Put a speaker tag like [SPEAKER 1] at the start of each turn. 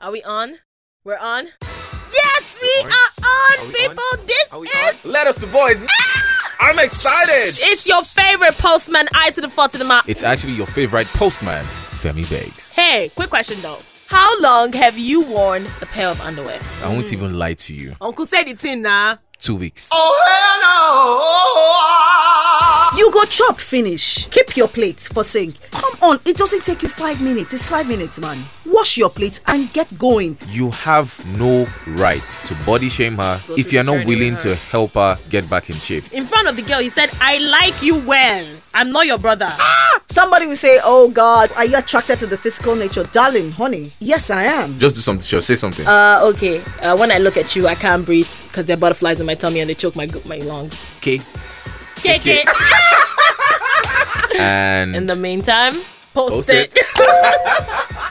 [SPEAKER 1] Are we on? We're on?
[SPEAKER 2] Yes, we are on,
[SPEAKER 3] Are we on?
[SPEAKER 2] people. This
[SPEAKER 3] Are we
[SPEAKER 2] is
[SPEAKER 3] on?
[SPEAKER 4] Let us, boys. I'm excited.
[SPEAKER 1] It's your favorite postman, I to the four to the mouth.
[SPEAKER 4] It's actually your favorite postman, Femi Beggs.
[SPEAKER 1] Hey, quick question though. How long have you worn a pair of underwear?
[SPEAKER 4] I won't even lie to you.
[SPEAKER 1] Uncle said it's in now.
[SPEAKER 4] Two weeks.
[SPEAKER 2] You go chop finish. Keep your plate for sink. Come on, it doesn't take you five minutes. It's five minutes, man. Wash your plate and get going.
[SPEAKER 4] You have no right to body shame her
[SPEAKER 1] Go
[SPEAKER 4] if
[SPEAKER 1] through
[SPEAKER 4] you're
[SPEAKER 1] the
[SPEAKER 4] not
[SPEAKER 1] journey
[SPEAKER 4] willing
[SPEAKER 1] with
[SPEAKER 4] to help her get back in shape.
[SPEAKER 1] In front of the girl, he said, I like you well. I'm not your brother.
[SPEAKER 2] Somebody will say, Oh God, are you attracted to the physical nature? Darling, honey, yes, I am.
[SPEAKER 4] Just do something. Sure, say something.
[SPEAKER 1] Uh, okay. Uh, when I look at you, I can't breathe because there are butterflies in my tummy and they choke my my lungs.
[SPEAKER 4] okay.
[SPEAKER 1] Kick
[SPEAKER 4] it.
[SPEAKER 1] it.
[SPEAKER 4] And
[SPEAKER 1] In the meantime, post,
[SPEAKER 4] Post
[SPEAKER 1] it.
[SPEAKER 4] it.